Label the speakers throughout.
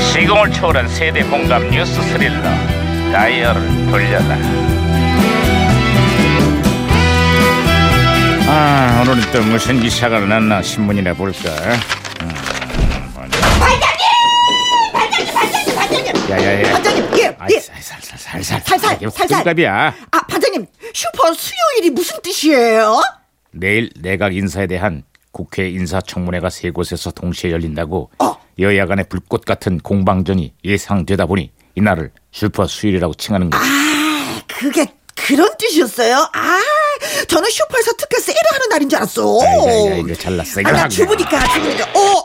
Speaker 1: 시공을 초월한 세대 공감 뉴스 스릴러 다이얼을 돌려라 아 오늘은 또 무슨 기사가 났나 신문이나 볼까
Speaker 2: 반장님, 반장님, 반장님.
Speaker 1: 야야야
Speaker 2: 반장님, 예,
Speaker 1: 아이
Speaker 2: 예.
Speaker 1: 살살살살 살살
Speaker 2: 살살,
Speaker 1: 이게 무슨
Speaker 2: 살살.
Speaker 1: 값이야
Speaker 2: 아, 반장님, 슈퍼 수요일이 무슨 뜻이에요?
Speaker 1: 내일 내각 인사에 대한 국회 인사청문회가 세 곳에서 동시에 열린다고
Speaker 2: 어.
Speaker 1: 여야 간의 불꽃 같은 공방전이 예상되다 보니 이날을 슈퍼 수일이라고 칭하는 거야
Speaker 2: 아, 그게 그런 뜻이었어요? 아, 저는 슈퍼에서 특가 세일을 하는 날인 줄 알았어.
Speaker 1: 야, 야, 이거 잘났어, 이거
Speaker 2: 아, 나
Speaker 1: 하고.
Speaker 2: 주부니까, 주부니까. 어,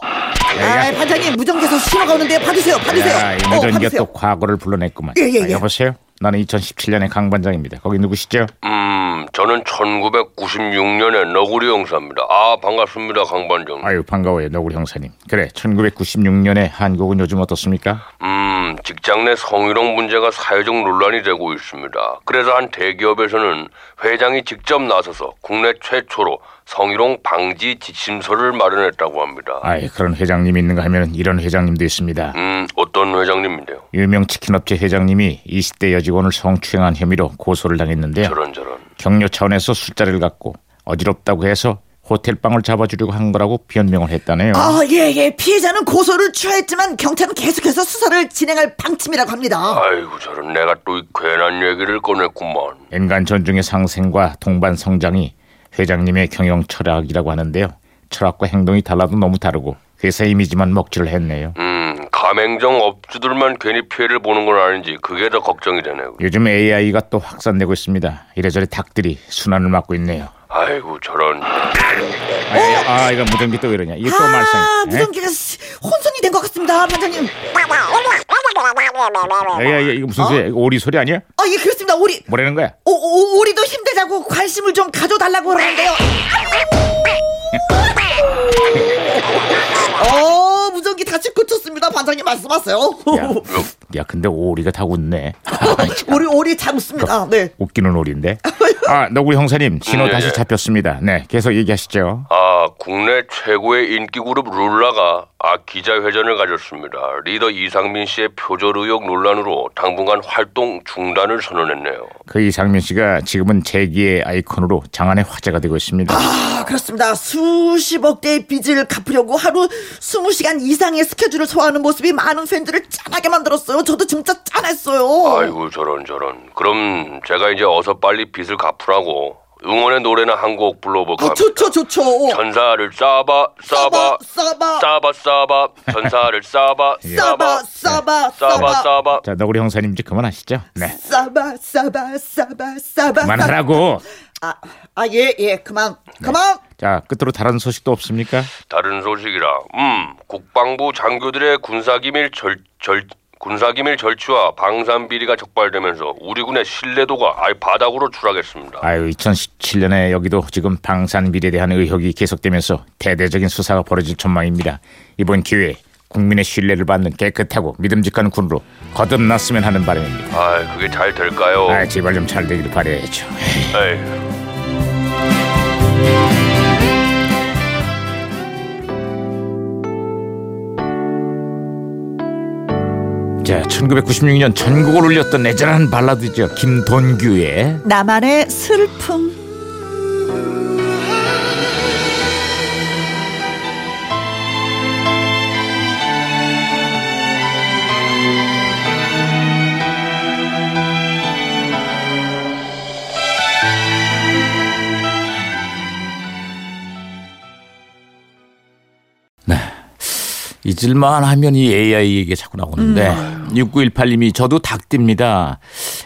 Speaker 1: 야, 야.
Speaker 2: 아, 반장님, 무전기에서 신호가 오는데 받으세요, 받으세요.
Speaker 1: 야, 이
Speaker 2: 어,
Speaker 1: 무전기가
Speaker 2: 받으세요.
Speaker 1: 또 과거를 불러냈구만.
Speaker 2: 예, 예,
Speaker 1: 아,
Speaker 2: 예.
Speaker 1: 여보세요? 나는 2017년의 강 반장입니다. 거기 누구시죠?
Speaker 3: 음, 저는 1996년에 너구리 형사입니다. 아, 반갑습니다, 강반장.
Speaker 1: 아유 반가워요, 너구리 형사님. 그래, 1996년에 한국은 요즘 어떻습니까?
Speaker 3: 음, 직장 내 성희롱 문제가 사회적 논란이 되고 있습니다. 그래서 한 대기업에서는 회장이 직접 나서서 국내 최초로 성희롱 방지 지침서를 마련했다고 합니다.
Speaker 1: 아이 그런 회장님이 있는가 하면 이런 회장님도 있습니다.
Speaker 3: 음, 어떤 회장님인데요?
Speaker 1: 유명 치킨업체 회장님이 20대 여직원을 성추행한 혐의로 고소를 당했는데요.
Speaker 3: 저런 저런.
Speaker 1: 격려 차원에서 술자리를 갖고 어지럽다고 해서 호텔 방을 잡아주려고 한 거라고 변명을 했다네요.
Speaker 2: 아, 예, 예. 피해자는 고소를 취하했지만 경찰은 계속해서 수사를 진행할 방침이라고 합니다.
Speaker 3: 아이고 저런 내가 또 이 괜한 얘기를 꺼냈구만.
Speaker 1: 인간 존중의 상생과 동반 성장이 회장님의 경영 철학이라고 하는데요. 철학과 행동이 달라도 너무 다르고 회사 이미지만 먹칠을 했네요.
Speaker 3: 음, 가맹점 업주들만 괜히 피해를 보는 건 아닌지 그게 더 걱정이 되네요.
Speaker 1: 요즘 AI가 또 확산되고 있습니다. 이래저래 닭들이 순환을 맡고 있네요.
Speaker 3: 아이고 저런.
Speaker 1: 아, 야, 아 이거 무전기 또 이러냐? 이게 또 예?
Speaker 2: 아,
Speaker 1: 말썽.
Speaker 2: 무전기가 시- 혼선이 된 것 같습니다, 반장님.
Speaker 1: 야야 예, 이거
Speaker 2: 어?
Speaker 1: 무슨 소리야? 이거 오리 소리 아니야?
Speaker 2: 아, 예, 그렇습니다. 우리
Speaker 1: 뭐라는 거야?
Speaker 2: 오, 오, 어, 우리도 힘들다고 관심을 좀 가져달라고 그러는데요. 어, 무전기 다시 고쳤습니다. 반장님 말씀하세요.
Speaker 1: 야, 야 근데 오리가 다 웃네.
Speaker 2: 우리 오리 잘
Speaker 1: 그-
Speaker 2: 웃습니다. 네.
Speaker 1: 웃기는 오리인데. 아 너구리 형사님 신호
Speaker 3: 음, 예,
Speaker 1: 다시
Speaker 3: 예.
Speaker 1: 잡혔습니다. 네 계속 얘기하시죠.
Speaker 3: 아, 국내 최고의 인기 그룹 룰라가 아 기자회견을 가졌습니다. 리더 이상민 씨의 표절 의혹 논란으로 당분간 활동 중단을 선언했네요.
Speaker 1: 그 이상민 씨가 지금은 재기의 아이콘으로 장안의 화제가 되고 있습니다.
Speaker 2: 아, 그렇습니다. 수십억 대의 빚을 갚으려고 하루 20시간 이상의 스케줄을 소화하는 모습이 많은 팬들을 짠하게 만들었어요. 저도 진짜 짠했어요.
Speaker 3: 아이고 저런 저런. 그럼 제가 이제 어서 빨리 빚을 갚으라고 응원의 노래나 한 곡 불러볼까
Speaker 2: 아,
Speaker 3: 합니다.
Speaker 2: 좋죠, 좋죠.
Speaker 3: 전사를 싸봐 싸봐
Speaker 2: 싸바,
Speaker 3: 싸봐 싸봐 전사를 싸봐
Speaker 2: 싸바,
Speaker 3: 싸봐
Speaker 2: 싸바,
Speaker 3: 싸봐 싸봐
Speaker 1: 자 너구리 형사님 이제 그만하시죠. 네
Speaker 2: 싸바, 싸바, 싸바, 싸바.
Speaker 1: 그만하라고.
Speaker 2: 아, 아, 예, 예, 그만,
Speaker 1: 네.
Speaker 2: 그만.
Speaker 1: 자 끝으로 다른 소식도 없습니까?
Speaker 3: 다른 소식이라 음 국방부 장교들의 군사기밀 절, 절 군사기밀 절취와 방산 비리가 적발되면서 우리 군의 신뢰도가 아예 바닥으로 추락했습니다.
Speaker 1: 아유 2017년에 여기도 지금 방산 비리에 대한 의혹이 계속되면서 대대적인 수사가 벌어질 전망입니다. 이번 기회에 국민의 신뢰를 받는 깨끗하고 믿음직한 군으로 거듭났으면 하는 바람입니다.
Speaker 3: 아 그게 잘 될까요?
Speaker 1: 아 제발 좀 잘 되기를 바라야죠.
Speaker 3: 에이.
Speaker 1: 자 1996년 전국을 울렸던 애절한 발라드죠 김돈규의
Speaker 2: 나만의 슬픔.
Speaker 1: 잊을만 하면 이 AI 얘기 자꾸 나오는데
Speaker 4: 음.
Speaker 1: 6918님이 저도 닭띠입니다.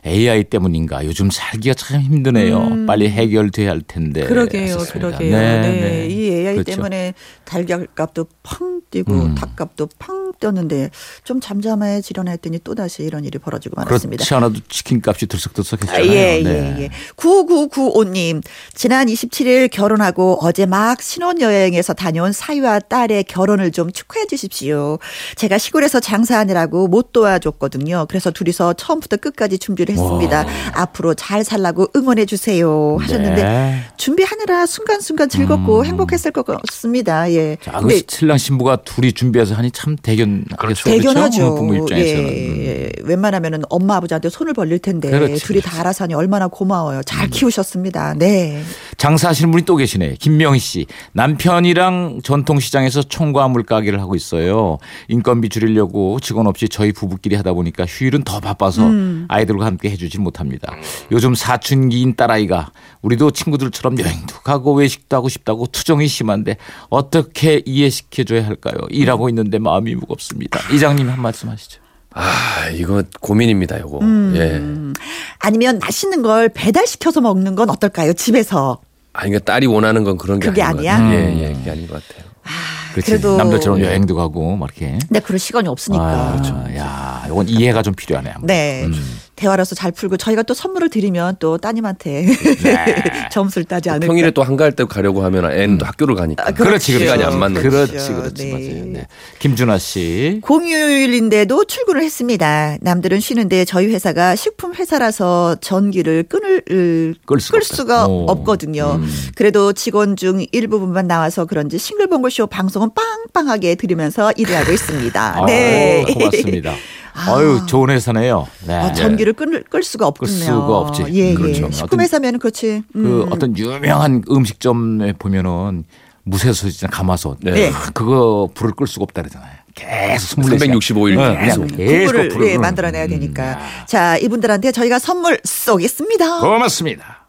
Speaker 1: AI 때문인가 요즘 살기가 참 힘드네요. 빨리 해결돼야 할 텐데.
Speaker 4: 음. 그러게요,
Speaker 1: 하셨습니다.
Speaker 4: 그러게요. 네, 이 AI
Speaker 1: 그렇죠.
Speaker 4: 때문에 달걀값도 팡 뛰고
Speaker 1: 음.
Speaker 4: 닭값도 팡 뛰었는데 좀 잠잠해지려나 했더니 또 다시 이런 일이 벌어지고 말았습니다.
Speaker 1: 그렇지 않아도 치킨값이 들썩들썩했잖아요.
Speaker 4: 예,
Speaker 1: 그렇죠. 네.
Speaker 4: 예, 예. 9995님, 지난 27일 결혼하고 어제 막 신혼여행에서 다녀온 사위와 딸의 결혼을 좀 축하해 주십시오. 제가 시골에서 장사하느라고 못 도와줬거든요. 그래서 둘이서 처음부터 끝까지 준비를 했습니다. 앞으로 잘 살라고 응원해 주세요. 하셨는데,
Speaker 1: 네.
Speaker 4: 준비하느라
Speaker 1: 음.
Speaker 4: 순간순간 즐겁고 행복했을 것 같습니다. 예.
Speaker 1: 자, 그 신랑 신부가 둘이 준비해서 하니 참 되게 대견하겠죠.
Speaker 4: 그렇죠. 대견하죠.
Speaker 1: 부모 입장에서는. 음.
Speaker 4: 예, 예. 웬만하면은 엄마 아버지한테 손을 벌릴 텐데
Speaker 1: 그렇지, 음.
Speaker 4: 둘이 다 알아서 하니 얼마나 고마워요. 잘 키우셨습니다. 네.
Speaker 1: 장사하시는 분이 또 계시네. 김명희 씨. 남편이랑 전통시장에서 총과물 가게를 하고 있어요. 인건비 줄이려고 직원 없이 저희 부부끼리 하다 보니까 휴일은 더 바빠서
Speaker 4: 음.
Speaker 1: 아이들과 함께 해주질 못합니다. 요즘 사춘기인 딸아이가 우리도 친구들처럼 여행도 가고 외식도 하고 싶다고 투정이 심한데 어떻게 이해시켜줘야 할까요? 일하고 있는데 마음이 무겁습니다. 이장님 한 말씀 하시죠.
Speaker 3: 아, 이거 고민입니다, 이거.
Speaker 4: 음.
Speaker 3: 예.
Speaker 4: 아니면 맛있는 걸 배달시켜서 먹는 건 어떨까요? 집에서.
Speaker 3: 아니, 그러니까 딸이 원하는 건 그런 게
Speaker 4: 그게
Speaker 3: 아닌 것
Speaker 4: 아니야? 음.
Speaker 3: 같아요. 예, 예, 그게 아닌 것 같아요.
Speaker 1: 그렇지.
Speaker 4: 그래도-
Speaker 1: 남들처럼 여행도 가고 막 이렇게.
Speaker 4: 네, 그럴 시간이 없으니까.
Speaker 1: 아, 음. 그렇죠. 야, 이건 이해가 좀 필요하네. 아무래도.
Speaker 4: 네. 대화로서 잘 풀고 저희가 또 선물을 드리면 또 따님한테
Speaker 1: 네.
Speaker 4: 점수를 따지 않을까.
Speaker 3: 평일에 또 한가할 때 가려고 하면 애는 또 학교를 가니까.
Speaker 4: 아, 그렇-
Speaker 1: 그렇지, 그렇지.
Speaker 3: 시간이 안 맞는
Speaker 1: 그렇지,
Speaker 4: 거죠.
Speaker 1: 그렇지.
Speaker 4: 네.
Speaker 1: 맞아요. 네. 김준하 씨.
Speaker 4: 공휴일인데도 출근을 했습니다. 남들은 쉬는데 저희 회사가 식품 회사라서 전기를 끊을
Speaker 1: 끌
Speaker 4: 끌
Speaker 1: 수가
Speaker 4: 수가,
Speaker 1: 없다. 오. 음.
Speaker 4: 없거든요. 그래도 직원 중 일부분만 나와서 그런지 싱글벙글 쇼 방송은 빵빵하게 들으면서 일을 하고 있습니다. 네.
Speaker 1: 아유, 고맙습니다. 아유, 좋은 회사네요. 네.
Speaker 4: 어, 전기를 끊을 끌 수가 없군요.
Speaker 1: 수가 없지.
Speaker 4: 예,
Speaker 1: 그렇죠.
Speaker 4: 예. 식품 회사면 그렇지. 음.
Speaker 1: 그 어떤 유명한 음식점에 보면은 무쇠소시지나 가마솥.
Speaker 3: 네.
Speaker 1: 아, 그거 불을 끌 수가 없다 그러잖아요. 계속 네.
Speaker 3: 365일 계속.
Speaker 1: 계속. 계속
Speaker 4: 국물을
Speaker 1: 불을 음.
Speaker 4: 네. 예,
Speaker 1: 끄는. 음.
Speaker 4: 만들어내야 되니까. 자, 이분들한테 저희가 선물 쏘겠습니다.
Speaker 1: 고맙습니다.